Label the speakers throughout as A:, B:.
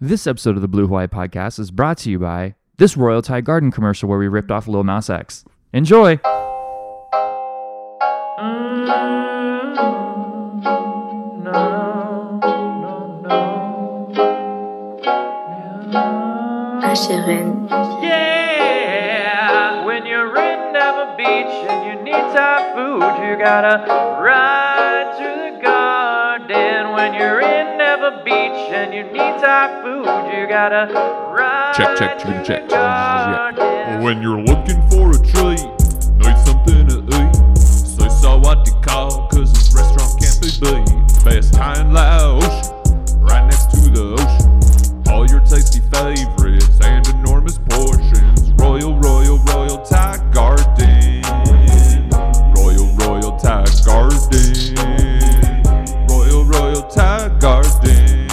A: This episode of the Blue Hawaii Podcast is brought to you by this Royal Thai Garden commercial where we ripped off Lil Nas X. Enjoy!
B: Usherin,
A: Yeah, when you're in Napa Beach and you need Thai food, you gotta ride to the garden. When you're in Napa Beach and you need Thai food, you gotta ride
C: Check, check, check,
A: to
C: check,
A: the
C: check, check.
A: garden.
C: When you're looking for a treat, need something to eat. So, so what to call, cause this restaurant can't be beat. Best Thai in Laos, right next to the ocean. All your tasty favorites and enormous portions. Royal, royal, royal Thai garden. Royal, royal Thai garden. Royal, royal Thai garden.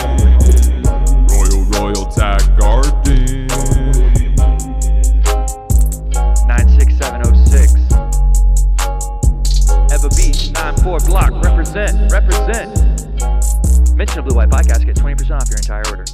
C: Royal, royal Thai garden.
D: 96706. Eva Beach, 94 block. Represent, represent. Mention a Blue White Podcast, get 20% off your entire order.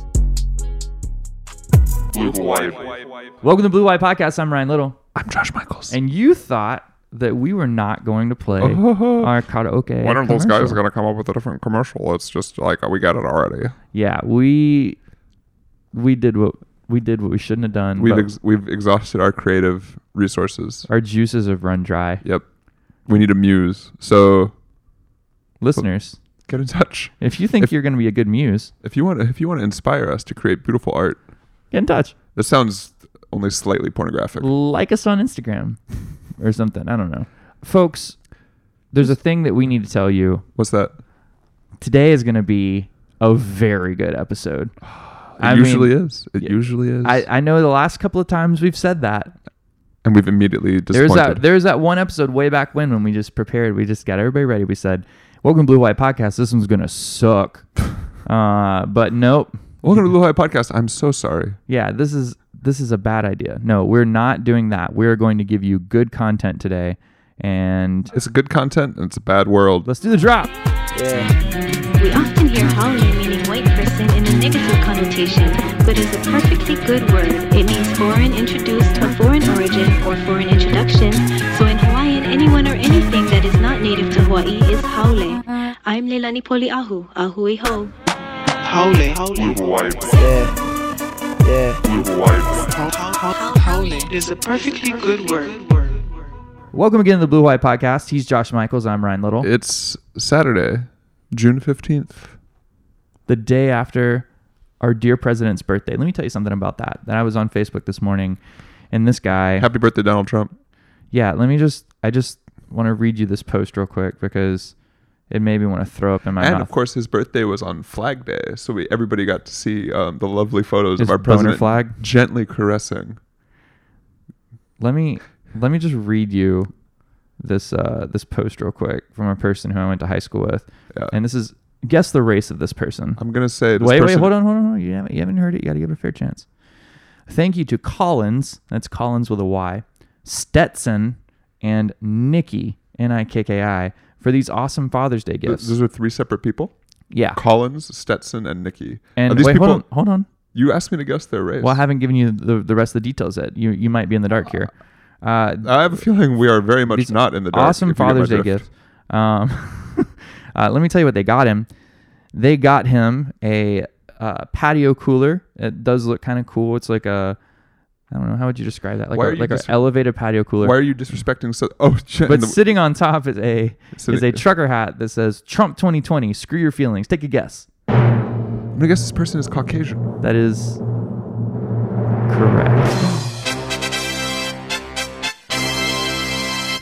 A: Welcome to Blue White Podcast. I'm Ryan Little. I'm Josh Michaels. And you thought that we were not going to play our karaoke.
E: When are those guys
A: commercial.
E: going to come up with a different commercial? It's just like we got it already.
A: Yeah, we we did what we did what we shouldn't have done.
E: We've
A: but
E: ex- we've exhausted our creative resources.
A: our juices have run dry.
E: Yep, we need a muse. So
A: Listeners,
E: get in touch
A: if you think
E: If-
A: you're going to be a good muse,
E: if you want. If you want to inspire us to create beautiful art,
A: get in touch.
E: this sounds only slightly pornographic.
A: Like us on Instagram or something. I don't know. Folks, there's a thing that we need to tell you.
E: What's that?
A: Today is going to be a very good episode.
E: It
A: I mean,
E: usually is. It
A: yeah.
E: usually is.
A: I, I know the last couple of times we've said that.
E: and we've immediately
A: There's
E: disappointed.
A: that there's that one episode way back when when we just prepared, we just got everybody ready. We said, "Welcome to Blue White Podcast. This one's gonna suck," uh, but nope.
E: Welcome to the Blue High Podcast. I'm so sorry.
A: Yeah, this is this is a bad idea. No, we're not doing that. We're going to give you good content today, and
E: It's good content and it's a bad world.
A: let's do the drop.
B: we often hear Holly meaning white person in a negative connotation, but is a perfectly good word. It means foreign introduced or foreign origin or foreign introduction. So in Hawaiian, anyone or anything that is not native to Hawaii is haole. I'm Leilani Poliahu, ahui ho.
F: Holy, holy, holy is a perfectly good word.
A: Welcome again to the Blue White Podcast. He's Josh Michaels. I'm Ryan Little.
E: It's Saturday, June fifteenth.
A: the day after our dear president's birthday. Let me tell you something about that. That I was on Facebook this morning, and this guy.
E: Happy birthday, Donald Trump.
A: yeah let me just i just want to read you this post real quick because it made me want to throw up in my
E: and
A: mouth
E: of course, his birthday was on Flag Day, so we everybody got to see um, the lovely photos
A: His
E: of our
A: boner
E: president
A: flag?
E: gently caressing.
A: let me let me just read you this uh this post real quick from a person who i went to high school with
E: Yeah.
A: and this is guess the race of this person
E: I'm gonna say, this
A: wait wait
E: person-
A: hold on hold on hold on. you haven't, you haven't heard it you gotta give it a fair chance thank you to collins that's collins with a y stetson and nikki n-i-k-k-i for these awesome father's day
E: Th-
A: gifts
E: Those are three separate people:
A: yeah
E: Collins, Stetson, and Nikki. are
A: and
E: these
A: wait
E: people,
A: hold on hold on
E: You asked me to guess their race.
A: Well, I haven't given you the, the rest of the details yet. You you might be in the dark here. Uh,
E: I have a feeling we are very much
A: these
E: not in the dark.
A: awesome
E: if you get my
A: Father's Day
E: drift.
A: gift. Um, uh, let me tell you what they got him. They got him a uh, patio cooler. It does look kind of cool. It's like a I don't know how would you describe that? Like
E: Why
A: a,
E: are you
A: like an
E: dis-
A: elevated patio cooler.
E: Why are you disrespecting? So, oh, shit,
A: but
E: and the-
A: sitting on top is a
E: Sitting-
A: is a trucker hat that says Trump 2020. Screw your feelings. Take a guess.
E: I'm gonna guess this person is Caucasian.
A: That is correct.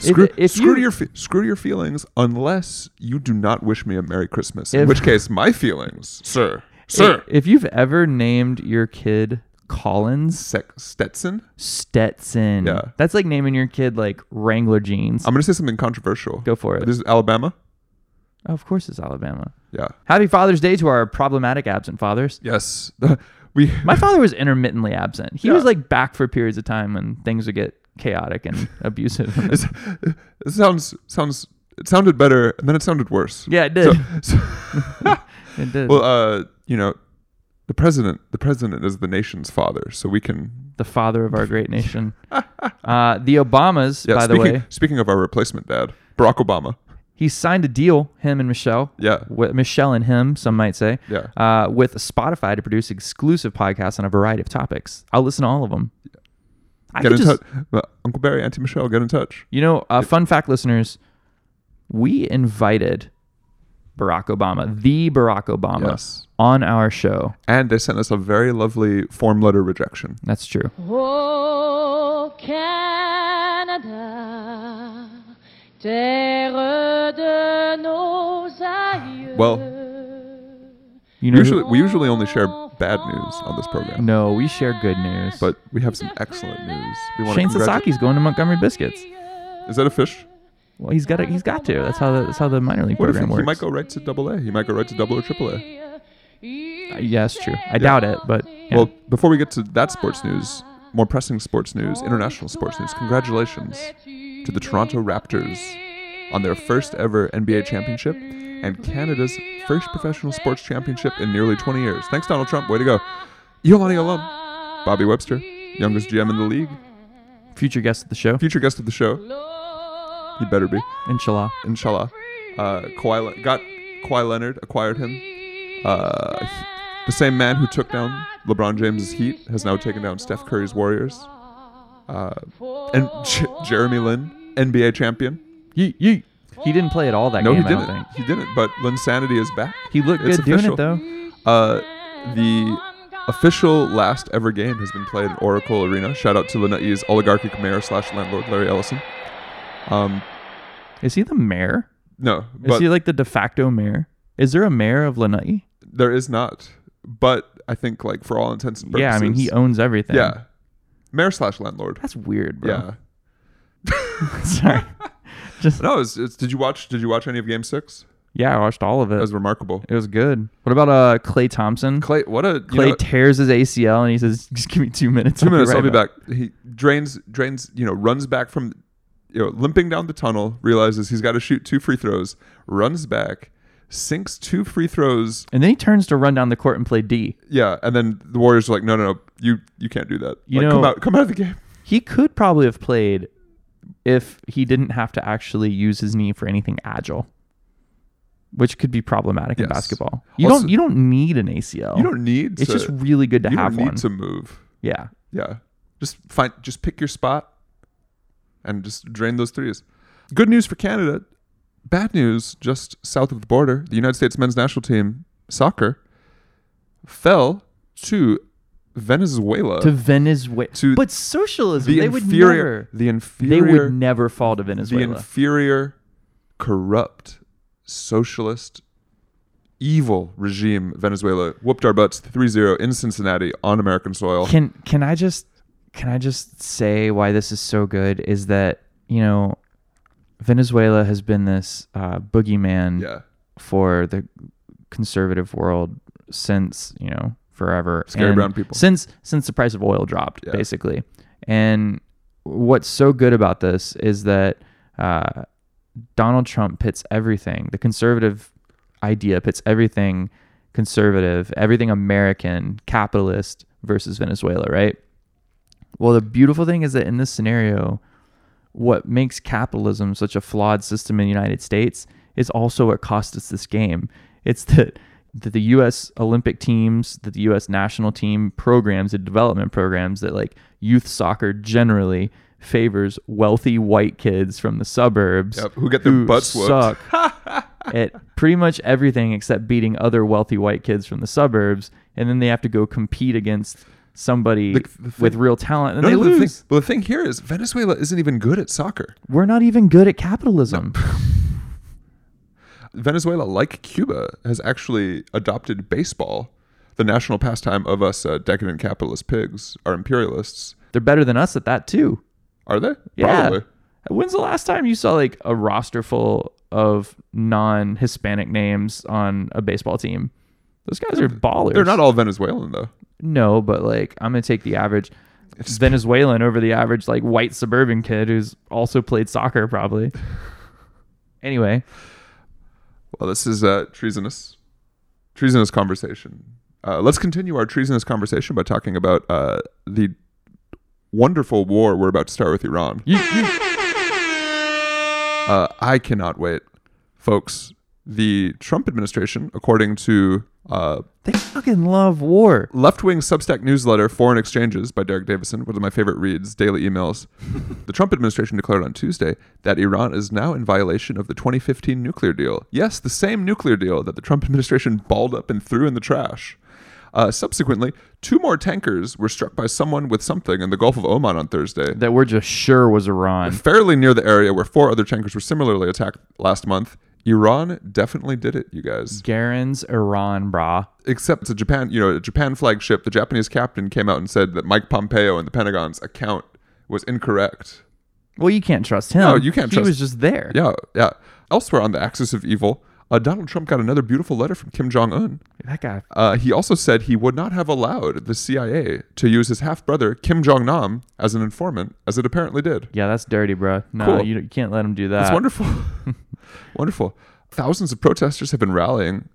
A: If-
E: Screw,
A: if
E: screw
A: you-
E: your fe- screw your feelings, unless you do not wish me a Merry Christmas.
A: If-
E: in which case, my feelings, sir,
A: If,
E: sir,
A: if you've ever named your kid Collins
E: Sec- Stetson.
A: Stetson,
E: Yeah.
A: that's like naming your kid like Wrangler jeans.
E: I'm gonna say something controversial.
A: Go for it.
E: This is Alabama.
A: of course, it's Alabama.
E: Yeah.
A: Happy Father's Day to our problematic absent fathers.
E: Yes. we.
A: My father was intermittently absent. He was
E: Yeah.
A: like back for periods of time when things would get chaotic and abusive.
E: This- it sounds sounds. It sounded better, and then it sounded worse.
A: yeah, it did.
E: So-
A: it did.
E: well, uh, you know, The president, the president is the nation's father, so we can.
A: the father of our great nation. Uh, the Obamas,
E: Yeah,
A: by the
E: speaking,
A: way,
E: speaking of our replacement dad, Barack Obama.
A: he signed a deal, him and Michelle.
E: Yeah.
A: With Michelle and him, some might say.
E: Yeah.
A: Uh, with Spotify to produce exclusive podcasts on a variety of topics. I'll listen to all of them. I
E: Get
A: could
E: in
A: just,
E: touch, Uh, Uncle Barry, Auntie Michelle. Get in touch.
A: you know, uh, fun fact, listeners, we invited Barack Obama, the Barack Obama,
E: Yes.
A: on our show.
E: And they sent us a very lovely form letter rejection.
A: That's true.
G: Ô Canada, terre de nos aïeux.
E: Well,
A: You know, who-
E: Usually, we usually only share bad news on this program.
A: no, we share good news.
E: But we have some excellent news. We want
A: Shane
E: to
A: Sasaki's going to Montgomery Biscuits.
E: Is that a fish?
A: Well, he's got to, he's got to. That's how the, that's how the minor league
E: What if he,
A: program
E: he
A: works.
E: might go right to double A? He might go right to double or triple A.
A: Uh, yeah, that's true. I doubt it, but yeah.
E: Well, before we get to that sports news, more pressing sports news, international sports news, congratulations to the Toronto Raptors on their first ever NBA championship and Canada's first professional sports championship in nearly 20 years. Thanks, Donald Trump. Way to go. Yolani alum, Bobby Webster, youngest GM in the league,
A: future guest of the show,
E: future guest of the show. He better be.
A: inshallah.
E: inshallah. Uh, Kawhi Le- got Kawhi Leonard, acquired him. Uh, he- the same man who took down LeBron James's Heat has now taken down Steph Curry's Warriors. Uh, and J- Jeremy Lin, NBA champion.
A: Ye- ye. He didn't play at all that
E: No,
A: game.
E: he
A: I don't
E: didn't.
A: think
E: He didn't. But Linsanity is back.
A: he looked
E: It's
A: good doing
E: official.
A: it though.
E: Uh, the official last ever game has been played at Oracle Arena. Shout out to Lanai's oligarchic mayor slash landlord Larry Ellison. Um,
A: Is he the mayor?
E: no,
A: Is
E: but
A: he like the de facto mayor? Is there a mayor of Lanai?
E: There is not. But I think like for all intents and purposes.
A: Yeah, I mean he owns everything.
E: Yeah. Mayor slash landlord.
A: that's weird, bro.
E: Yeah.
A: Sorry. Just
E: No, it's, it's, did you watch did you watch any of game six?
A: yeah, I watched all of
E: That
A: it.
E: was remarkable.
A: It was good. What about uh Clay Thompson?
E: Clay what a you
A: Clay
E: know,
A: tears his ACL and he says, "Just give me two minutes.
E: two minutes, I'll be
A: right
E: back. He drains drains, you know, runs back from you know, limping down the tunnel, realizes he's gotta shoot two free throws, runs back, sinks two free throws.
A: And then he turns to run down the court and play D.
E: Yeah, and then the Warriors are like, No, no, no, you you can't do that.
A: You
E: like, come
A: know-
E: out come out of the game.
A: He could probably have played if he didn't have to actually use his knee for anything agile, which could be problematic in
E: Yes.
A: basketball. You
E: Also-
A: don't you don't need an ACL.
E: You don't need
A: Oh, It's
E: to
A: just really good to
E: you
A: have
E: don't need
A: one.
E: to move.
A: yeah.
E: Yeah. Just find just pick your spot and just drain those threes. Good news for Canada. Bad news just south of the border. The United States men's national team soccer fell to Venezuela.
A: To Venezuela.
E: uh, To
A: but socialism,
E: the
A: they would
E: inferior
A: never
E: the
A: they
E: inferior
A: would never fall to
E: the
A: Venezuela.
E: inferior corrupt socialist evil regime Venezuela whooped our butts 3-0 in Cincinnati on American soil.
A: can can I just can I just say why this is so good is that, you know, Venezuela has been this uh, boogeyman
E: yeah.
A: for the conservative world since you know forever.
E: Scary
A: And
E: brown people.
A: Since since the price of oil dropped,
E: Yeah.
A: basically. And what's so good about this is that uh, Donald Trump pits everything. The conservative idea pits everything conservative, everything American, capitalist versus Venezuela, right? Well, the beautiful thing is that in this scenario, what makes capitalism such a flawed system in the United States is also what cost us this game. It's that that the U.S. Olympic teams, that the U.S. national team programs, the development programs that like youth soccer generally favors wealthy white kids from the suburbs
E: Yep, who get their butts whooped.
A: suck at pretty much everything except beating other wealthy white kids from the suburbs, and then they have to go compete against somebody
E: The- the
A: with
E: thing-
A: real talent, and
E: No,
A: they
E: no, the thing-
A: lose.
E: well, the thing here is Venezuela isn't even good at soccer.
A: We're not even good at capitalism.
E: Venezuela, like Cuba, has actually adopted baseball, the national pastime of us uh, decadent capitalist pigs, our imperialists.
A: They're better than us at that too.
E: Are they?
A: Yeah.
E: Probably.
A: When's the last time you saw like a roster full of non-Hispanic names on a baseball team? Those guys are ballers.
E: They're not all Venezuelan though.
A: No, but like I'm gonna take the average Venezuelan over the average like white suburban kid who's also played soccer probably. Anyway,
E: Well, this is uh, treasonous, treasonous conversation. Uh, let's continue our treasonous conversation by talking about uh, the wonderful war we're about to start with Iran. Yeet, yeet. Uh, I cannot wait, folks. The Trump administration, according to uh,
A: They fucking love war.
E: left wing Substack newsletter Foreign Exchanges by Derek Davison, one of my favorite reads, daily emails. the Trump administration declared on Tuesday that Iran is now in violation of the 2015 nuclear deal. Yes, the same nuclear deal that the Trump administration balled up and threw in the trash. Uh, subsequently, two more tankers were struck by someone with something in the Gulf of Oman on Thursday
A: That we're just sure was Iran.
E: fairly near the area where four other tankers were similarly attacked last month. Iran definitely did it, you guys.
A: Garen's Iran, brah.
E: Except the Japan, you know, a Japan flagship, the Japanese captain came out and said that Mike Pompeo and the Pentagon's account was incorrect.
A: Well, you can't trust him.
E: No, you can't
A: he
E: trust-
A: was just there.
E: Yeah, yeah. Elsewhere on the axis of evil, uh, Donald Trump got another beautiful letter from Kim Jong Un.
A: That guy.
E: Uh, he also said he would not have allowed the CIA to use his half brother Kim Jong Nam as an informant, as it apparently did.
A: Yeah, that's dirty, bro. No,
E: Cool.
A: you, you can't let him do that.
E: It's wonderful. wonderful. Thousands of protesters have been rallying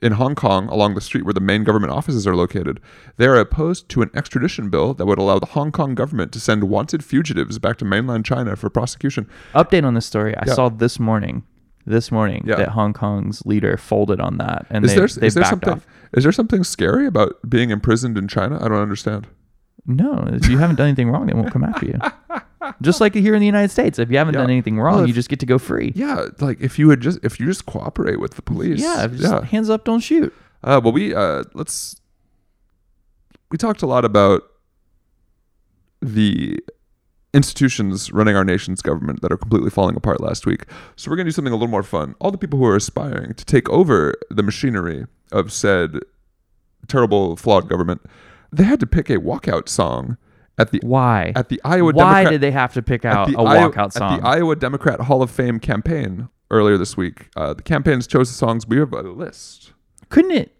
E: in Hong Kong along the street where the main government offices are located. They are opposed to an extradition bill that would allow the Hong Kong government to send wanted fugitives back to mainland China for prosecution.
A: Update on this story. I
E: Yeah.
A: saw this morning, this morning,
E: Yeah.
A: that Hong Kong's leader folded on that, and
E: Is
A: they,
E: there
A: they
E: is there
A: backed
E: something
A: off.
E: is there something scary about being imprisoned in China? I don't understand.
A: No, if you haven't done anything wrong, they won't come after you. just like here in the United States, if you haven't
E: Yeah.
A: done anything wrong,
E: Well, if-
A: you just get to go free.
E: Yeah, like if you would just if you just cooperate with the police.
A: Yeah, just hands up, don't shoot.
E: Uh, well, we uh, let's we talked a lot about the institutions running our nation's government that are completely falling apart last week. So we're gonna do something a little more fun. All the people who are aspiring to take over the machinery of said terrible, flawed government, they had to pick a walkout song at the
A: Why?
E: at the Iowa.
A: Why
E: Democrat-
A: did they have to pick out
E: at
A: a
E: the Iowa-
A: walkout song?
E: At the Iowa Democrat Hall of Fame campaign earlier this week, uh, the campaigns chose the songs. We have a list.
A: couldn't it?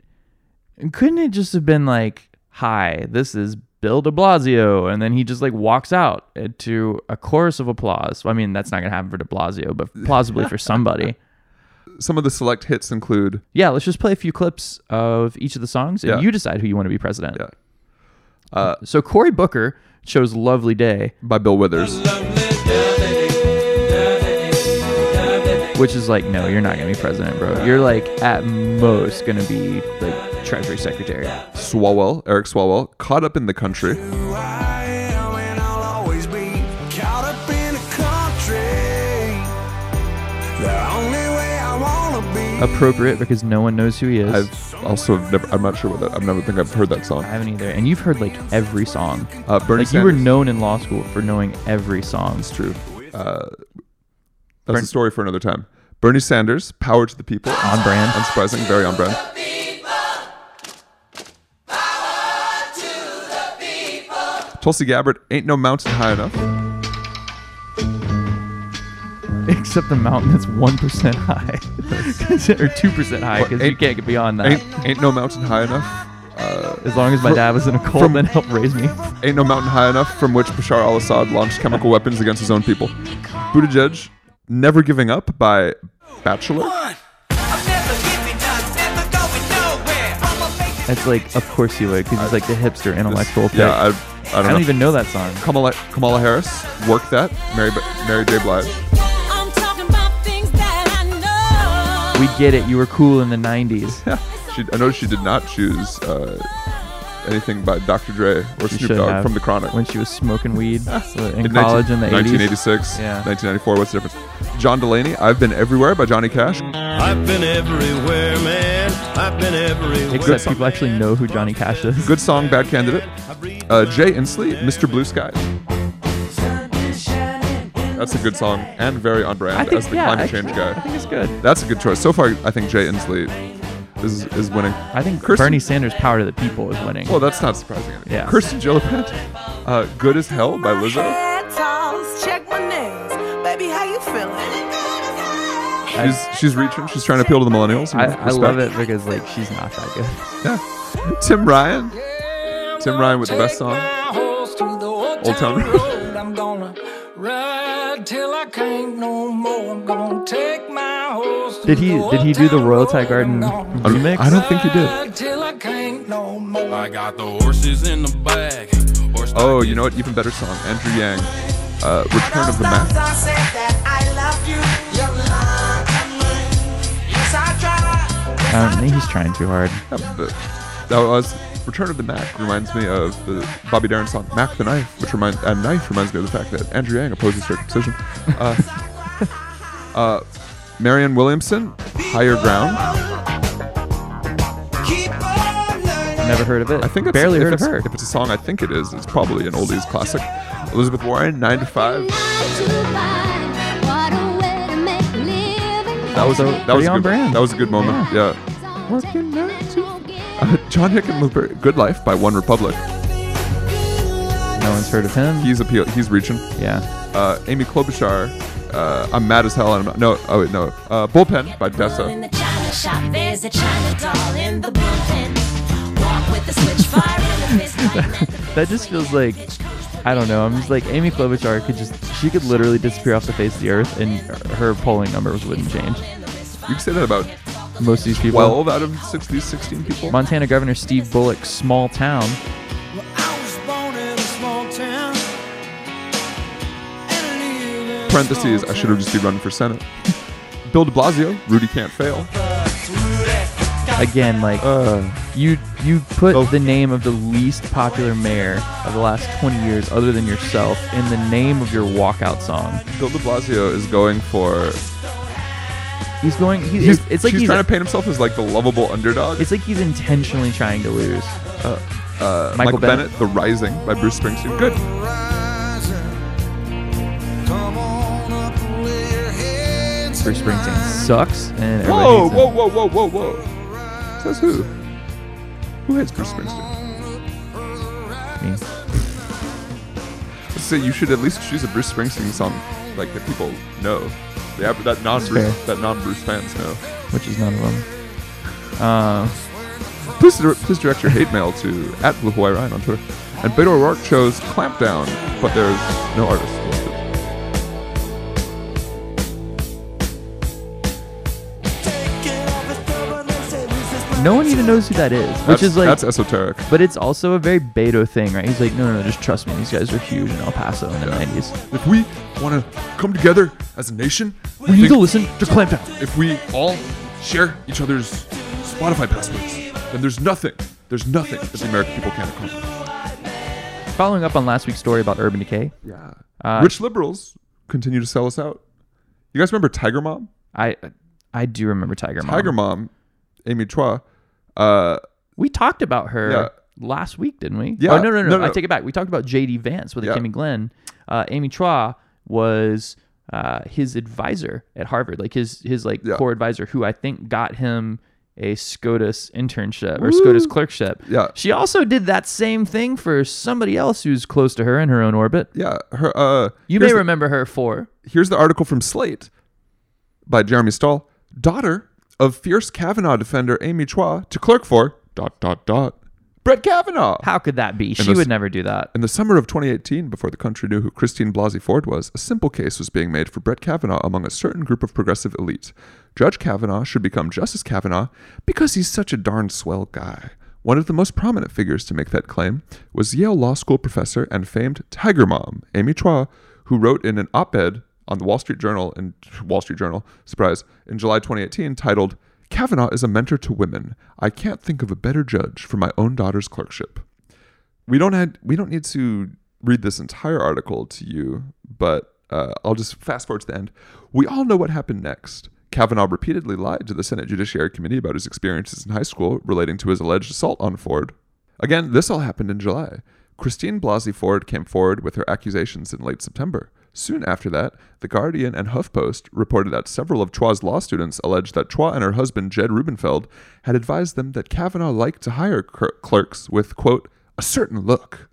A: Couldn't it just have been like, "Hi, this is Bill De Blasio," and then he just like walks out uh, to a chorus of applause? I mean, that's not gonna happen for De Blasio, but plausibly for somebody.
E: Some of the select hits include
A: Yeah, let's just play a few clips of each of the songs, and
E: Yeah.
A: you decide who you want to be president.
E: Yeah. Uh,
A: so Cory Booker chose "Lovely Day,"
E: by Bill Withers.
A: which is like, no, you're not gonna be president, bro. You're like at most gonna be like Treasury Secretary.
E: Swalwell, Eric Swalwell, Caught Up in the Country.
A: Appropriate because no one knows who he is.
E: I've also never, I'm not sure what that, I never think I've heard that song.
A: I haven't either. And you've heard like every song.
E: Uh, Bernie
A: Like you were
E: Sanders.
A: known in law school for knowing every song.
E: It's true. Uh, that's a story for another time. Bernie Sanders, Power to the People.
A: On brand.
E: Unsurprising, very on brand. Tulsi Gabbard, Ain't No Mountain High Enough. Um,
A: Except the mountain that's one percent high, or two percent high,
E: What,
A: because you
E: ain't-
A: can't get beyond that.
E: Ain't, ain't No Mountain High Enough.
A: as long as my
E: fr-
A: dad was in a cult
E: from-
A: and helped raise me.
E: Ain't No Mountain High Enough, from which Bashar al Assad launched chemical weapons against his own people. Buttigieg, Never Giving Up by Bachelor.
A: It's like, of course you would, because he's like the hipster intellectual.
E: Yeah, I,
A: type.
E: I don't,
A: I don't
E: know.
A: even know that song.
E: Kamala, Kamala Harris, Work That, Mary, Mary J. Blige.
H: I'm talking about things that I know.
A: We get it. You were cool in the '90s.
E: She, I know she did not choose uh, anything by Dr. Dre or
A: You
E: Snoop
A: should
E: Dogg
A: have,
E: from The Chronic.
A: when she was smoking weed uh, in
E: In
A: college in the
E: 19-
A: 80s.
E: 1986,
A: Yeah.
E: 1994, what's the difference? John Delaney, I've Been Everywhere by Johnny Cash.
C: I've been everywhere, man. I've been everywhere.
A: Except people actually know who Johnny Cash is.
E: Good song, bad candidate. Uh, Jay Inslee, Mr. Blue Sky. That's a good song and very on brand
A: I think
E: as the
A: yeah,
E: climate
A: actually,
E: change
A: I
E: guy.
A: think it's good.
E: That's a good choice. So far, I think Jay Inslee is, is winning.
A: I think
E: Kirsten-
A: Bernie Sanders' "Power to the People" is winning.
E: Well, that's not surprising.
A: Yeah.
E: Kirsten Gillibrand, uh, Good as Hell by Lizzo.
I: Check my nails. Baby, how you feeling?
E: She's, she's reaching. She's trying to appeal to the millennials.
A: I,
E: and
A: I love it
E: respect.
A: because like she's not that good.
E: Yeah. Tim Ryan. Tim Ryan with the best song. Old Town Road.
G: I'm gonna ride till I can't no more. I'm gonna take my horse.
A: Did he did he do the Royal Thai Garden remix?
E: I don't think he did.
G: Till I can't
J: can't no more.
K: I got the horses in the bag. Horse
E: Oh, you know what? Even better song. Andrew Yang. Uh, Return of the Mac.
H: I said that I love you. You lied to me. Yes, I tried. Yes,
A: Um, he's trying too hard.
E: Yeah, but that was Return of the Mac reminds me of the Bobby Darin song Mac the Knife, which reminds a knife reminds me of the fact that Andrew Yang opposes circumcision. Uh, uh, Marianne Williamson, Higher Ground.
A: Never heard of it.
E: I think it's,
A: barely
E: if
A: heard of
E: it's,
A: her.
E: If it's a song, I think it is. It's probably an oldies classic. Elizabeth Warren, Nine to Five. That was a that was
A: Pretty
E: a
A: on
E: good,
A: brand.
E: That was a good moment. Yeah. Uh, John Hickenlooper, Good Life by One Republic.
A: No one's heard of him.
E: He's appeal. He's reaching.
A: yeah.
E: Uh, Amy Klobuchar. Uh, I'm mad as hell. And I'm not, no. Oh wait, no. Uh, Bullpen by
L: In
E: Dessa.
L: the china shop, there's a china doll in the bullpen. Walk with the switch, fire in the fist, lightning.
A: That just feels like I don't know. I'm just like Amy Klobuchar could just she could literally disappear off the face of the earth and her polling numbers wouldn't change.
E: You can say that about
A: Most of these people.
E: 12 out of 60, 16 people.
A: Montana Governor Steve Bullock's small town.
E: Parentheses. I should have just be running for senate. Bill De Blasio. Rudy can't fail.
A: Again, like
E: Uh, oh.
A: you you put the name of the least popular mayor of the last 20 years, other than yourself, in the name of your walkout song.
E: Bill De Blasio is going for.
A: He's going. He,
E: He's,
A: it's, it's like
E: he's,
A: he's,
E: trying to paint himself as like the lovable underdog.
A: It's like he's intentionally trying to lose.
E: Uh,
A: Michael
E: Michael Bennett. The Rising by Bruce Springsteen. Good.
A: Bruce Springsteen sucks, and everybody
E: Whoa,
A: hates him.
E: whoa, whoa, whoa, whoa, whoa. Says who? Who hates Bruce Springsteen?
A: Me.
E: Let's say you should at least choose a Bruce Springsteen song like that people know. The aver- that non
A: fair.
E: Bruce that non Bruce fans know.
A: which is none of them. Uh,
E: Please, dir- please direct your hate mail to at Blue Hawaii Ryan on Twitter. And Beto O'Rourke chose Clampdown, but there's no artist listed.
A: no one even knows who that is, which
E: That's-
A: is like,
E: that's esoteric.
A: but it's also a very Beto thing, right? He's like, no, no, no, just trust me. These guys are huge in El Paso in the '90s.
E: If we want to come together as a nation,
A: We need
E: think-
A: to listen to Clampdown.
E: if we all share each other's Spotify passwords, then there's nothing, there's nothing that the American people can't accomplish.
A: Following up on last week's story about Urban Decay,
E: Yeah.
A: Uh,
E: Rich liberals continue to sell us out. You guys remember Tiger Mom?
A: I, I do remember Tiger Mom.
E: Tiger Mom, Amy Chua. Uh,
A: We talked about her
E: Yeah.
A: last week, didn't we?
E: Yeah.
A: Oh, no, no, no,
E: No, no.
A: I take it back. We talked about J.D. Vance with
E: Yeah.
A: Kimmy Glenn. Uh, Amy Chua was uh, his advisor at Harvard, like his his like
E: Yeah.
A: core advisor, who I think got him a SCOTUS internship or SCOTUS clerkship.
E: Yeah.
A: She also did that same thing for somebody else who's close to her in her own orbit.
E: yeah. Her. Uh,
A: You
E: here's
A: may
E: the-
A: remember her for
E: here's the article from Slate by Jeremy Stahl. Daughter of fierce Kavanaugh defender Amy Chua to clerk for dot dot dot Brett Kavanaugh.
A: how could that be? She
E: this-
A: would never do that.
E: In the summer of 2018, before the country knew who Christine Blasey Ford was, a simple case was being made for Brett Kavanaugh among a certain group of progressive elite. Judge Kavanaugh should become Justice Kavanaugh because he's such a darn swell guy. One of the most prominent figures to make that claim was Yale Law School professor and famed Tiger Mom, Amy Chua, who wrote in an op-ed on the Wall Street Journal and Wall Street Journal, surprise, in July 2018 titled Kavanaugh is a mentor to women. I can't think of a better judge for my own daughter's clerkship we don't had we don't need to read this entire article to you, but uh, I'll just fast forward to the end. We all know what happened next. Kavanaugh repeatedly lied to the Senate Judiciary Committee about his experiences in high school relating to his alleged assault on Ford. Again, this all happened in July. Christine Blasey Ford came forward with her accusations in late September. Soon after that, The Guardian and HuffPost reported that several of Chua's law students alleged that Chua and her husband, Jed Rubenfeld, had advised them that Kavanaugh liked to hire cler- clerks with, quote, a certain look.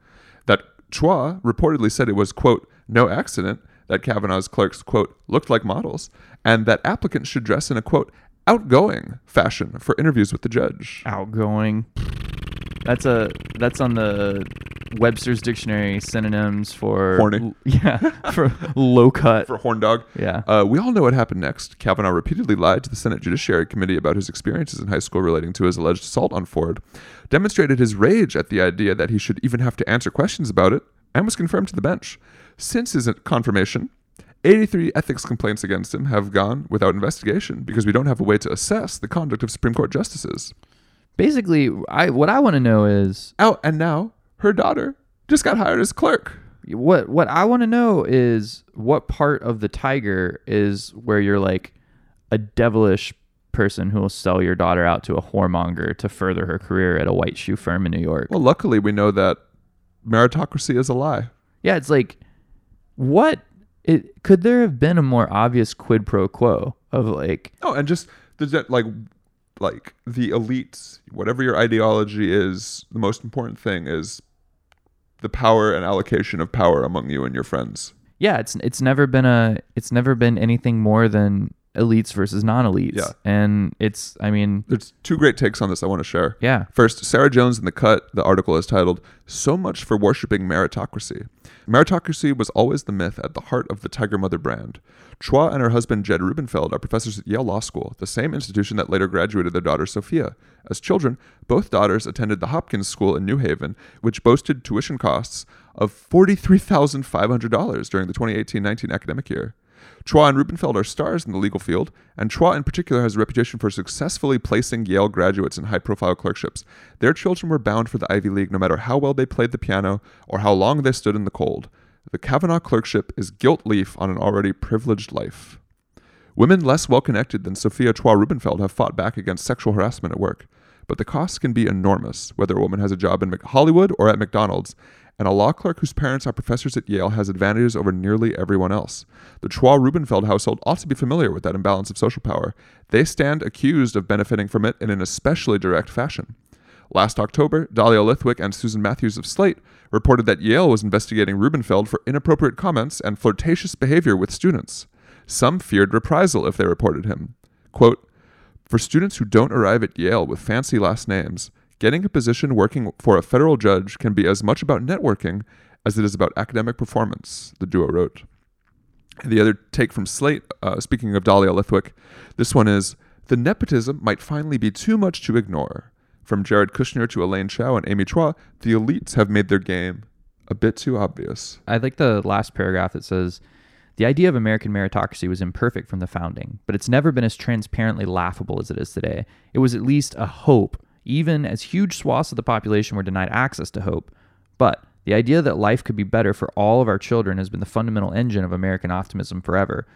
E: That Chua reportedly said it was, quote, no accident that Kavanaugh's clerks, quote, looked like models, and that applicants should dress in a, quote, outgoing fashion for interviews with the judge.
A: Outgoing. That's a that's on the Webster's dictionary synonyms for
E: Horny.
A: yeah, for low cut.
E: For horn dog.
A: Yeah.
E: Uh, we all know what happened next. Kavanaugh repeatedly lied to the Senate Judiciary Committee about his experiences in high school relating to his alleged assault on Ford, demonstrated his rage at the idea that he should even have to answer questions about it, and was confirmed to the bench. Since his confirmation, 83 ethics complaints against him have gone without investigation because we don't have a way to assess the conduct of Supreme Court justices.
A: Basically, I what I want to know is
E: Oh, and now her daughter just got hired as clerk.
A: what what I want to know is what part of the tiger is where you're like a devilish person who will sell your daughter out to a whoremonger to further her career at a white shoe firm in New York.
E: Well, luckily we know that meritocracy is a lie.
A: Yeah, it's like what it could there have been a more obvious quid pro quo of like
E: Oh, and just there's that like like the elites, whatever your ideology is, the most important thing is the power and allocation of power among you and your friends.
A: yeah, it's it's never been a it's never been anything more than elites versus non-elites.
E: Yeah.
A: And it's I mean
E: There's two great takes on this I want to share.
A: Yeah.
E: First, Sarah Jones in The Cut, the article is titled, So Much for Worshipping Meritocracy. Meritocracy was always the myth at the heart of the Tiger Mother brand. Chua and her husband Jed Rubenfeld are professors at Yale Law School, the same institution that later graduated their daughter Sophia. As children, both daughters attended the Hopkins School in New Haven, which boasted tuition costs of $43,500 during the 2018 19 academic year. Chua and Rubenfeld are stars in the legal field, and Chua in particular has a reputation for successfully placing Yale graduates in high profile clerkships. Their children were bound for the Ivy League no matter how well they played the piano or how long they stood in the cold. The Kavanaugh clerkship is guilt leaf on an already privileged life. Women less well connected than Sophia Chua Rubenfeld have fought back against sexual harassment at work, but the costs can be enormous whether a woman has a job in Mc- Hollywood or at McDonald's, and a law clerk whose parents are professors at Yale has advantages over nearly everyone else. The Chua Rubenfeld household ought to be familiar with that imbalance of social power. They stand accused of benefiting from it in an especially direct fashion. Last October, Dahlia Lithwick and Susan Matthews of Slate reported that Yale was investigating Rubenfeld for inappropriate comments and flirtatious behavior with students. Some feared reprisal if they reported him. Quote, for students who don't arrive at Yale with fancy last names, getting a position working for a federal judge can be as much about networking as it is about academic performance, the duo wrote. The other take from Slate, uh, speaking of Dahlia Lithwick, this one is The nepotism might finally be too much to ignore. From Jared Kushner to Elaine Chao and Amy Chua, the elites have made their game a bit too obvious.
A: I like the last paragraph that says the idea of American meritocracy was imperfect from the founding, but it's never been as transparently laughable as it is today. It was at least a hope, even as huge swaths of the population were denied access to hope. But the idea that life could be better for all of our children has been the fundamental engine of American optimism forever.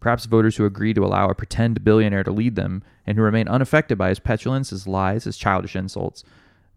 A: Perhaps voters who agree to allow a pretend billionaire to lead them and who remain unaffected by his petulance, his lies, his childish insults,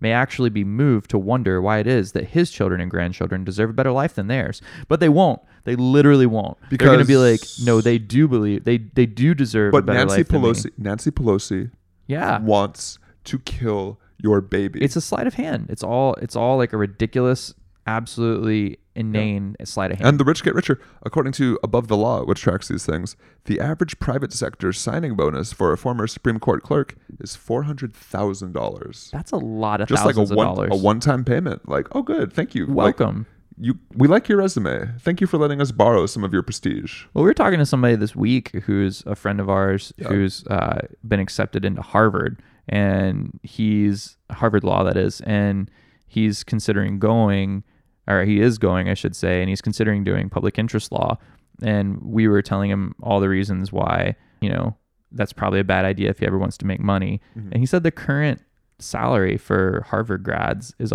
A: may actually be moved to wonder why it is that his children and grandchildren deserve a better life than theirs. But they won't. They literally won't. They're going to be like,
E: Because-
A: no, they do believe they they do deserve a
E: But
A: better
E: Nancy
A: life than me."
E: Pelosi, Nancy Pelosi
A: Yeah.
E: wants to kill your baby.
A: It's a sleight of hand. It's all it's all like a ridiculous, absolutely inane sleight of hand.
E: And the rich get richer. According to Above the Law, which tracks these things, the average private sector signing bonus for a former Supreme Court clerk is four hundred thousand dollars.
A: That's a lot of
E: Just like a
A: thousands of
E: one
A: dollars.
E: a one time payment. Like, oh good, thank you. Like,
A: Welcome.
E: you we like your resume. Thank you for letting us borrow some of your prestige.
A: Well, we were talking to somebody this week who's a friend of ours who's uh, been accepted into Harvard, and he's Harvard Law, that is, and he's considering going, or he is going, I should say, and he's considering doing public interest law. And we were telling him all the reasons why, you know, that's probably a bad idea if he ever wants to make money. And he said the current salary for Harvard grads is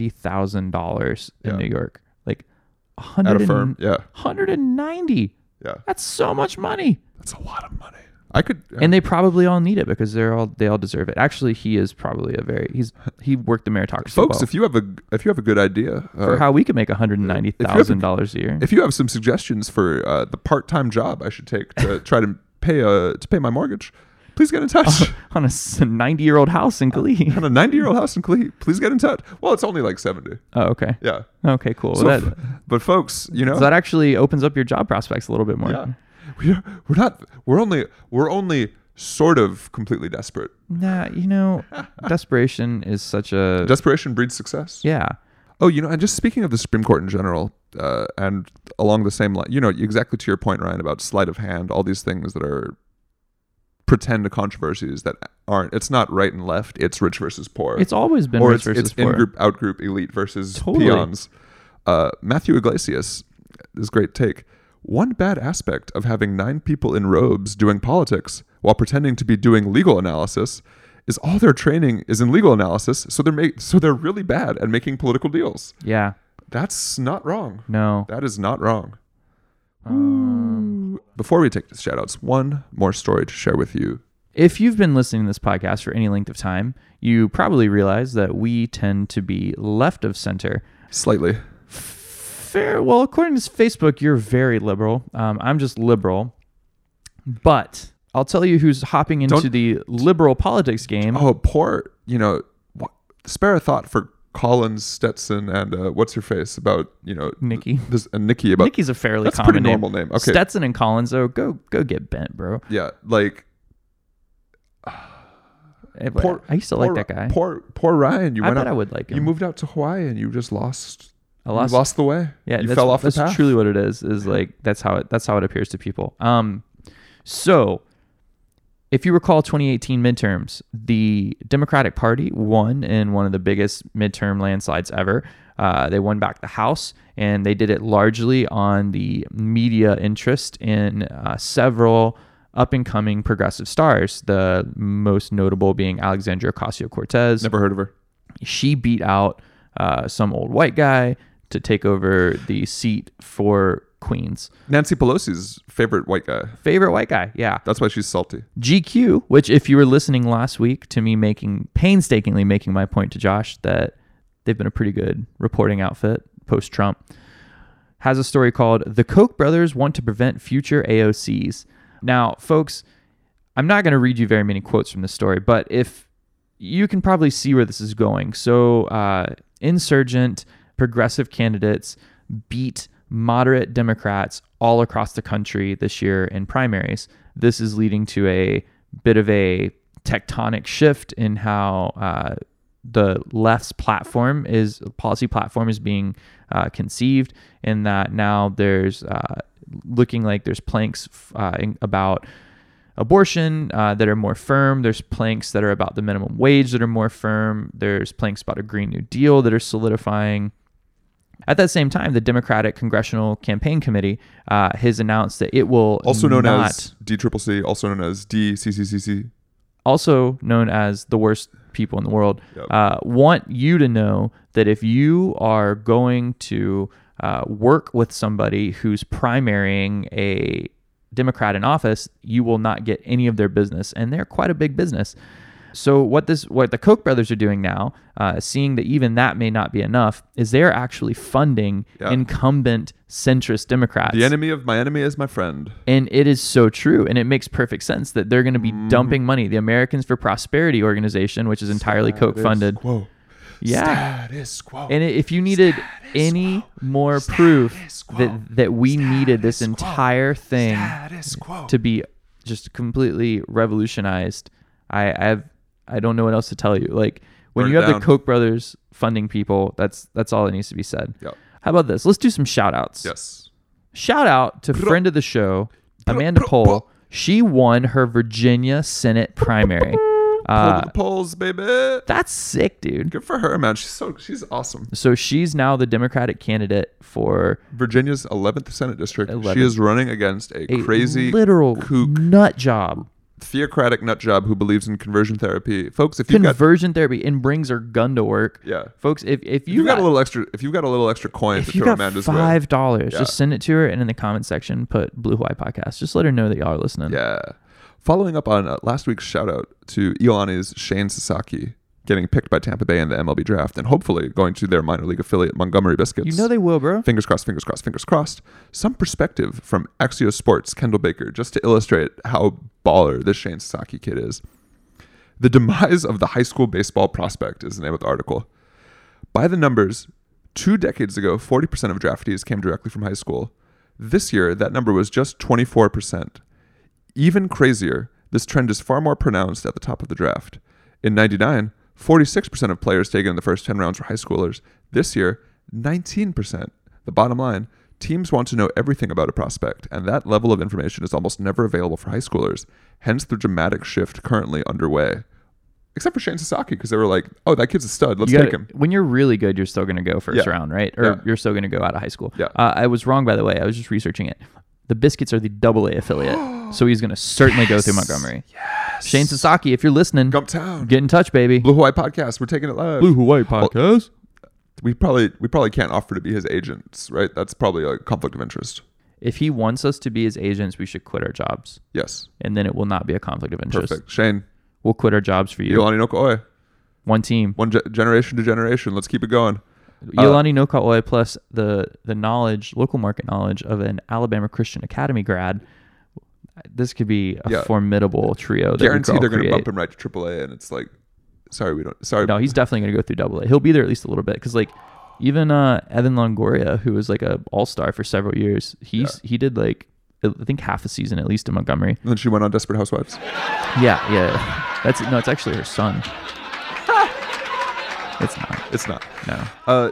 A: $190,000 in
E: Yeah.
A: New York. Like,
E: At
A: 100
E: a firm. Yeah.
A: 190.
E: Yeah.
A: That's so much money.
E: That's a lot of money. I could uh,
A: And they probably all need it because they're all they all deserve it. Actually, he is probably a very he's he worked the meritocracy.
E: folks,
A: well.
E: if you have a if you have a good idea
A: for
E: uh,
A: how we could make $190,000 a year.
E: if you have some suggestions for uh, the part time job I should take to try to pay uh to pay my mortgage, please get in touch.
A: on a 90-year-old house in Glee.
E: on a 90 year old house in Clee, please get in touch. Well, it's only like 70.
A: oh, okay.
E: Yeah.
A: Okay, cool.
E: So,
A: that,
E: f- but folks, you know,
A: so that actually opens up your job prospects a little bit more.
E: yeah, we are, we're not, we're only, we're only sort of completely desperate.
A: Nah, you know, desperation is such a
E: Desperation breeds success.
A: yeah.
E: Oh, you know, and just speaking of the Supreme Court in general, uh, and along the same line, you know, exactly to your point, Ryan, about sleight of hand, all these things that are pretend to controversies that aren't. It's not right and left. It's rich versus poor.
A: It's always been
E: or
A: rich
E: it's,
A: versus
E: it's
A: poor.
E: in-group, out-group, elite versus
A: Totally.
E: peons. Uh, Matthew Iglesias, this great take. One bad aspect of having nine people in robes doing politics while pretending to be doing legal analysis is all their training is in legal analysis, so they're make, so they're really bad at making political deals.
A: Yeah.
E: That's not wrong.
A: No.
E: That is not wrong.
A: Um,
E: Ooh. Before we take the shout outs, one more story to share with you.
A: If you've been listening to this podcast for any length of time, you probably realize that we tend to be left of center.
E: Slightly.
A: Fair. Well, according to Facebook, you're very liberal. Um, I'm just liberal. But I'll tell you who's hopping into
E: Don't-
A: the liberal politics game.
E: Oh, poor, you know, wh- spare a thought for Collins, Stetson, and uh, what's your face about, you know,
A: Nikki.
E: This, and Nikki about.
A: Nikki's a fairly
E: that's a
A: common
E: pretty normal name. Okay.
A: Stetson and Collins, though, go go get bent, bro.
E: Yeah. Like,
A: Eh, but
E: poor,
A: I used to like
E: poor-
A: that guy.
E: Poor, poor Ryan. You
A: I
E: went
A: bet
E: out,
A: I would like
E: You
A: him.
E: moved out to Hawaii and you just lost.
A: I
E: you
A: lost-
E: lost the way.
A: Yeah,
E: you
A: that's-
E: fell off the
A: That's
E: path.
A: truly what it is. Is like that's how it that's how it appears to people. Um, so if you recall, 2018 midterms, the Democratic Party won in one of the biggest midterm landslides ever. Uh, they won back the House, and they did it largely on the media interest in uh, several up and coming progressive stars. The most notable being Alexandria Ocasio Cortez.
E: Never heard of her.
A: she beat out uh, some old white guy to take over the seat for Queens.
E: Nancy Pelosi's favorite white guy.
A: Favorite white guy, yeah.
E: That's why she's salty.
A: GQ, which if you were listening last week to me making painstakingly making my point to Josh that they've been a pretty good reporting outfit post Trump, has a story called "The Koch Brothers Want to Prevent Future AOCs." Now, folks, I'm not going to read you very many quotes from this story, but if you can probably see where this is going. So, uh, insurgent progressive candidates beat moderate Democrats all across the country this year in primaries. This is leading to a bit of a tectonic shift in how uh, the left's platform is policy platform is being uh, conceived, and that now there's uh, looking like there's planks uh, in, about abortion uh, that are more firm. There's planks that are about the minimum wage that are more firm. There's planks about a Green New Deal that are solidifying. At that same time, the Democratic Congressional Campaign Committee uh, has announced that it will
E: Also known
A: not,
E: as DCCC, also known as DCCCC.
A: also known as the worst people in the world,
E: Yep.
A: uh, want you to know that if you are going to uh, work with somebody who's primarying a Democrat in office, you will not get any of their business, and they're quite a big business. So what this what the Koch brothers are doing now, uh, seeing that even that may not be enough, is they're actually funding
E: Yeah.
A: incumbent centrist Democrats.
E: The enemy of my enemy is my friend.
A: And it is so true. And it makes perfect sense that they're going to be
E: Mm-hmm.
A: dumping money. The Americans for Prosperity organization, which is entirely Koch funded.
E: Whoa.
A: Yeah.
E: Status quo.
A: And i- if you needed any more proof that, that we needed this entire thing
E: Status quo.
A: to be just completely revolutionized, I, I have I don't know what else to tell you. Like when
E: Burn
A: you
E: it
A: have
E: down.
A: the Koch brothers funding people, that's that's all that needs to be said.
E: Yep.
A: How about this? Let's do some shout outs.
E: Yes.
A: Shout out to friend of the show, Amanda Pohl. She won her Virginia Senate primary.
E: Pull
A: Uh,
E: to the polls, baby.
A: that's sick, dude.
E: Good for her, man. She's so she's awesome.
A: So she's now the Democratic candidate for
E: Virginia's 11th Senate District.
A: 11th.
E: She is running against a,
A: a
E: crazy,
A: literal
E: kook,
A: nut job,
E: theocratic nut job who believes in conversion therapy. Folks, if you've got
A: conversion therapy, and brings her gun to work.
E: yeah,
A: Folks, if, if
E: if
A: you
E: you've got,
A: got,
E: a little extra, if you've got a little extra coin to
A: if you
E: throw
A: got
E: Amanda's way,
A: five dollars,
E: Yeah.
A: just send it to her and in the comment section put Blue Hawaii Podcast. Just let her know that y'all are listening.
E: Yeah. Following up on uh, last week's shout out to Ioannis Shane Sasaki getting picked by Tampa Bay in the MLB draft and hopefully going to their minor league affiliate Montgomery Biscuits.
A: You know they will, bro.
E: Fingers crossed, fingers crossed, fingers crossed. Some perspective from Axios Sports, Kendall Baker, just to illustrate how baller this Shane Sasaki kid is. The demise of the high school baseball prospect is the name of the article. By the numbers, two decades ago, 40% of draftees came directly from high school. This year, that number was just 24%. Even crazier, this trend is far more pronounced at the top of the draft. In 99, 46% of players taken in the first 10 rounds were high schoolers. This year, 19%. The bottom line teams want to know everything about a prospect, and that level of information is almost never available for high schoolers, hence the dramatic shift currently underway. Except for Shane Sasaki, because they were like, oh, that kid's a stud. Let's
A: You gotta-
E: take him.
A: When you're really good, you're still going to go first
E: Yeah.
A: round, right? Or
E: Yeah.
A: you're still going to go out of high school.
E: Yeah.
A: Uh, I was wrong, by the way. I was just researching it. The Biscuits are the double A affiliate. so he's going to certainly go through Montgomery. Yes. Shane Sasaki, if you're listening,
E: Gumptown.
A: get in touch, baby.
E: Blue Hawaii Podcast. We're taking it live.
A: Blue Hawaii
E: Well,
A: Podcast.
E: we probably we probably can't offer to be his agents, right? That's probably a conflict of interest.
A: If he wants us to be his agents, we should quit our jobs.
E: Yes.
A: And then it will not be a conflict of interest.
E: Perfect. Shane,
A: We'll quit our jobs for you.
E: Iolani Noko'oi.
A: One team.
E: oh, One ge- generation to generation. Let's keep it going. Uh,
A: Yolani Nokaoy plus the the knowledge, local market knowledge of an Alabama Christian Academy grad. This could be a
E: Yeah.
A: formidable trio. That
E: guarantee they're
A: going to
E: bump him right to AAA, and it's like, sorry, we don't. Sorry,
A: No, he's definitely going to go through Double A. He'll be there at least a little bit because like even uh, Evan Longoria, who was like a All Star for several years, he's he did like I think half a season at least in Montgomery.
E: And then she went on Desperate Housewives.
A: Yeah, yeah. That's no, it's actually her son. it's not.
E: It's not.
A: No.
E: Uh,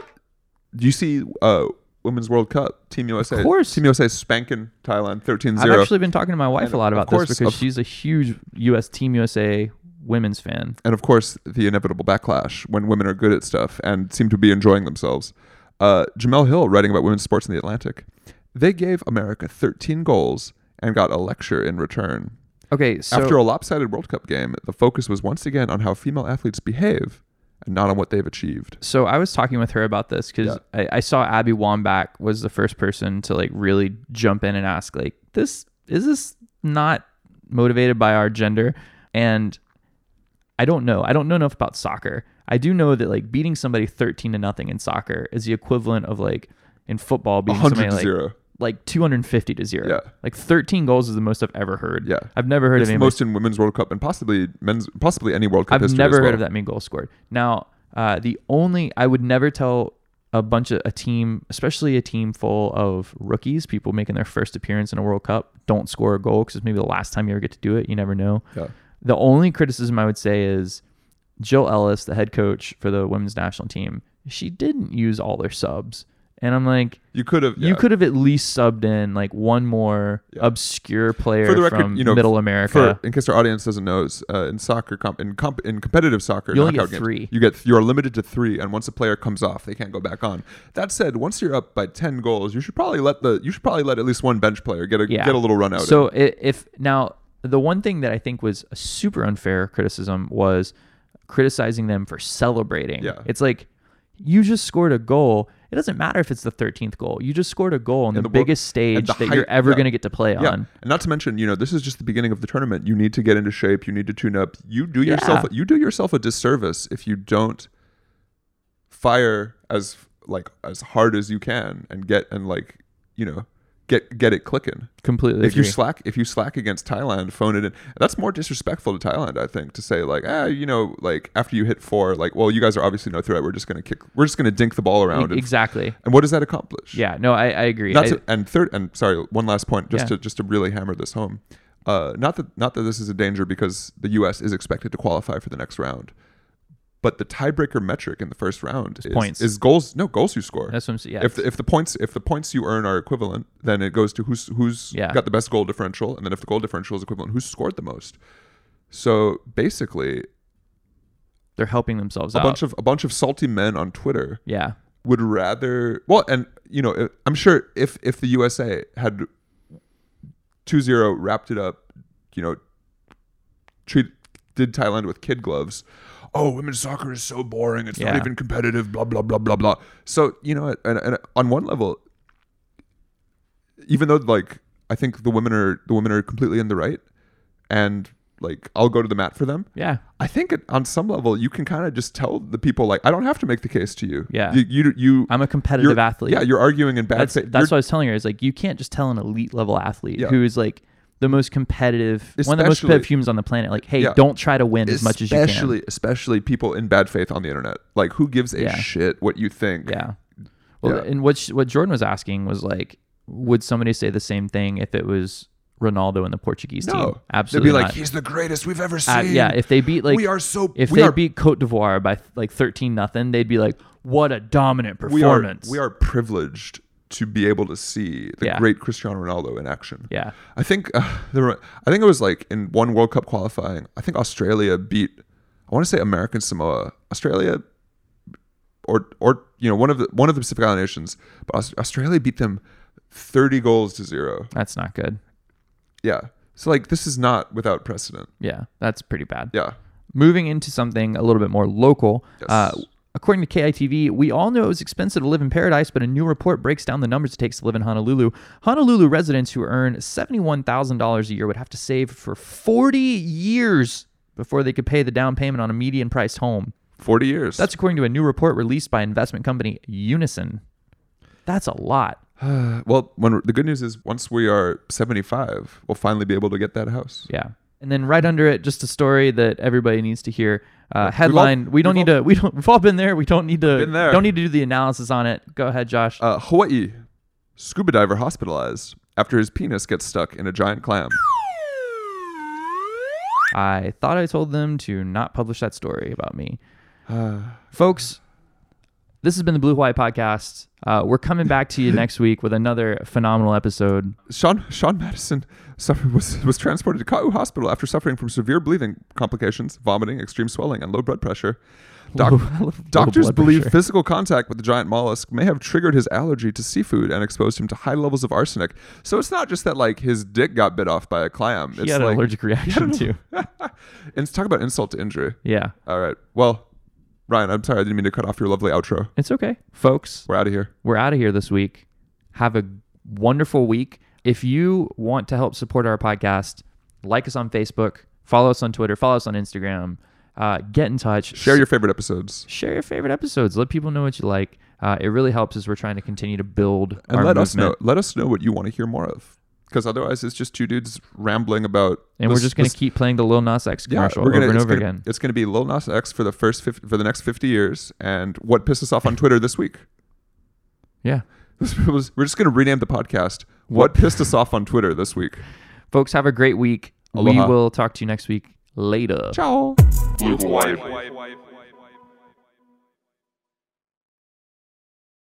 E: do you see uh, Women's World Cup? Team USA. Of
A: course.
E: Team USA spanking Thailand 13
A: I've actually been talking to my wife
E: And
A: a lot
E: of
A: about
E: course,
A: this because
E: of-
A: she's a huge U.S. Team USA women's fan.
E: and of course the inevitable backlash when women are good at stuff and seem to be enjoying themselves. Uh, Jamel Hill writing about women's sports in the Atlantic. They gave America 13 goals and got a lecture in return.
A: Okay, so
E: After a lopsided World Cup game, the focus was once again on how female athletes behave and not on what they've achieved.
A: so I was talking with her about this because I, I saw Abby Wambach was the first person to like really jump in and ask like this is this not motivated by our gender and I don't know. I don't know enough about soccer. I do know that like beating somebody 13 to nothing in soccer is the equivalent of like in football beating
E: 100
A: somebody
E: to
A: like
E: zero.
A: like 250 to 0.
E: Yeah.
A: Like 13 goals is the most I've ever heard.
E: Yeah,
A: I've never heard
E: it's
A: of
E: the
A: anybody
E: most in Women's World Cup and possibly men's, possibly any World Cup.
A: I've
E: history
A: never
E: as well.
A: heard of that many goals scored. Now, uh, the only I would never tell a bunch of a team, especially a team full of rookies, people making their first appearance in a World Cup, don't score a goal because it's maybe the last time you ever get to do it. You never know.
E: Yeah.
A: The only criticism I would say is Jill Ellis, the head coach for the women's national team, she didn't use all their subs, and I'm like.
E: You could have.
A: You could have at least subbed in like one more obscure player
E: For the record,
A: from
E: you know,
A: Middle
E: f-
A: America.
E: For, in case our audience doesn't know, is, uh, in soccer, comp, in, comp, in competitive soccer,
A: You only
E: knockout
A: get
E: games,
A: three.
E: You get you are limited to three, and once a player comes off, they can't go back on. That said, once you're up by ten goals, you should probably let the you should probably let at least one bench player get a get a little run out. in.
A: So i- if now the one thing that I think was a super unfair criticism was criticizing them for celebrating.
E: Yeah.
A: It's like you just scored a goal. It doesn't matter if it's the 13th goal. You just scored a goal on the,
E: in world-
A: biggest
E: at
A: stage
E: the
A: that
E: height-
A: you're ever
E: yeah.
A: going to get to play
E: Yeah.
A: on.
E: And not to mention, you know, this is just the beginning of the tournament. You need to get into shape. You need to tune up. You do yourself
A: Yeah.
E: you do yourself a disservice if you don't fire as like as hard as you can and get and like you know get get it clicking.
A: Completely
E: If you
A: agree.
E: slack if you slack against Thailand, phone it in. That's more disrespectful to Thailand, I think, to say like ah you know like after you hit four like well you guys are obviously no threat. We're just gonna kick. We're just gonna dink the
A: E,
E: ball around. and-
A: Exactly.
E: And what does that accomplish?
A: Yeah. No, I, I agree.
E: Not
A: I-
E: to, and third, and sorry, one last point, just
A: Yeah.
E: to just to really hammer this home. Uh, not that not that this is a danger because the U.S. is expected to qualify for the next round, but the tiebreaker metric in the first round is,
A: points.
E: is goals. No goals you score.
A: That's what I'm saying, yeah.
E: If the, if the points if the points you earn are equivalent, then it goes to who's who's
A: Yeah.
E: got the best goal differential, and then if the goal differential is equivalent, who's scored the most. So basically,
A: they're helping themselves
E: a
A: out.
E: bunch of a bunch of salty men on Twitter
A: yeah.
E: would rather well and you know it- i'm sure if if the usa had 2-0 wrapped it up you know treat did thailand with kid gloves oh women's soccer is so boring it's not
A: Yeah.
E: even competitive blah blah blah blah blah so you know and, and on one level even though like i think the women are the women are completely in the right and like i'll go to the mat for them
A: Yeah.
E: I think it, on some level you can kind of just tell the people like I don't have to make the case to you.
A: Yeah.
E: you you, you
A: I'm a competitive
E: you're-
A: athlete.
E: Yeah, you're arguing in bad
A: that's
E: faith.
A: that's what
E: You're-
A: I was telling her. Is like you can't just tell an elite level athlete
E: Yeah.
A: who is like the most competitive, one of the most
E: Especially-
A: competitive humans on the planet. Like, hey,
E: Yeah.
A: don't try to win as much as you can.
E: Especially especially people in bad faith on the internet. Like who gives a
A: Yeah.
E: shit what you think?
A: Yeah. Well,
E: Yeah.
A: and what sh- what Jordan was asking was like, would somebody say the same thing if it was Ronaldo and the Portuguese
E: No.
A: team.
E: They'd be
A: Absolutely.
E: like,
A: not.
E: "He's the greatest we've ever
A: Uh, yeah,
E: seen.
A: if they beat like
E: We are so-
A: if
E: we
A: they
E: are-
A: beat Cote d'Ivoire by like 13 nothing, they'd be like, "What a dominant
E: We are-
A: performance."
E: We are privileged to be able to see the
A: Yeah.
E: great Cristiano Ronaldo in action.
A: Yeah.
E: I think uh, there were, I think it was like in one World Cup qualifying. I think Australia beat I want to say American Samoa. Australia or or you know one of the one of the Pacific Island nations, but Aus- Australia beat them 30 goals to 0.
A: That's not good.
E: Yeah. So like this is not without precedent.
A: Yeah, that's pretty bad.
E: Yeah.
A: Moving into something a little bit more local. Uh, according to KITV, we all know it's expensive to live in paradise, but a new report breaks down the numbers it takes to live in Honolulu. Honolulu residents who earn $71,000 a year would have to save for 40 years before they could pay the down payment on a median priced home.
E: 40 years.
A: That's according to a new report released by investment company Unison. That's a lot.
E: Uh, well, when the good news is once we are 75, we'll finally be able to get that house.
A: Yeah. And then right under it, just a story that everybody needs to hear. Uh,
E: all-
A: headline: We don't need to. We don't. We've all been there. We don't need to.
E: Been there.
A: Don't need to do the analysis on it. Go ahead, Josh.
E: Uh, Hawaii scuba diver hospitalized after his penis gets stuck in a giant clam.
A: I thought I told them to not publish that story about me,
E: Uh,
A: folks. This has been the Blue Hawaii podcast. Uh, we're coming back to you next week with another phenomenal episode.
E: Sean Sean Madison suffered, was was transported to Kau Hospital after suffering from severe breathing complications, vomiting, extreme swelling, and low blood pressure. Doc-
A: Low- low blood
E: doctors believe
A: pressure.
E: physical contact with the giant mollusk may have triggered his allergy to seafood and exposed him to high levels of arsenic. So it's not just that like his dick got bit off by a clam.
A: He
E: it's
A: had an
E: like,
A: allergic reaction too.
E: And talk about insult to injury.
A: Yeah.
E: All right. Well, Ryan, I'm sorry I didn't mean to cut off your lovely outro.
A: It's okay, folks.
E: We're out of here.
A: We're out of here this week. Have a wonderful week. If you want to help support our podcast, like us on Facebook, follow us on Twitter, follow us on Instagram, uh, get in touch,
E: Share your favorite episodes.
A: share your favorite episodes, let people know what you like. Uh, it really helps as we're trying to continue to build
E: and
A: our
E: let
A: movement.
E: us know let us know what you want to hear more of because otherwise it's just two dudes rambling about
A: And we're
E: this-
A: just going
E: this-
A: to keep playing the Lil Nas X
E: yeah,
A: commercial
E: we're gonna-
A: over and
E: it's
A: over
E: gonna-
A: again.
E: it's going to be Lil Nas X for the first 50, for the next 50 years and what pissed us off on Twitter this week
A: Yeah.
E: This was- we're just going to rename the podcast what pissed us off on Twitter this week
A: Folks, have a great week.
E: Aloha.
A: We will talk to you next week. Later.
E: ciao
C: Blue Hawaii.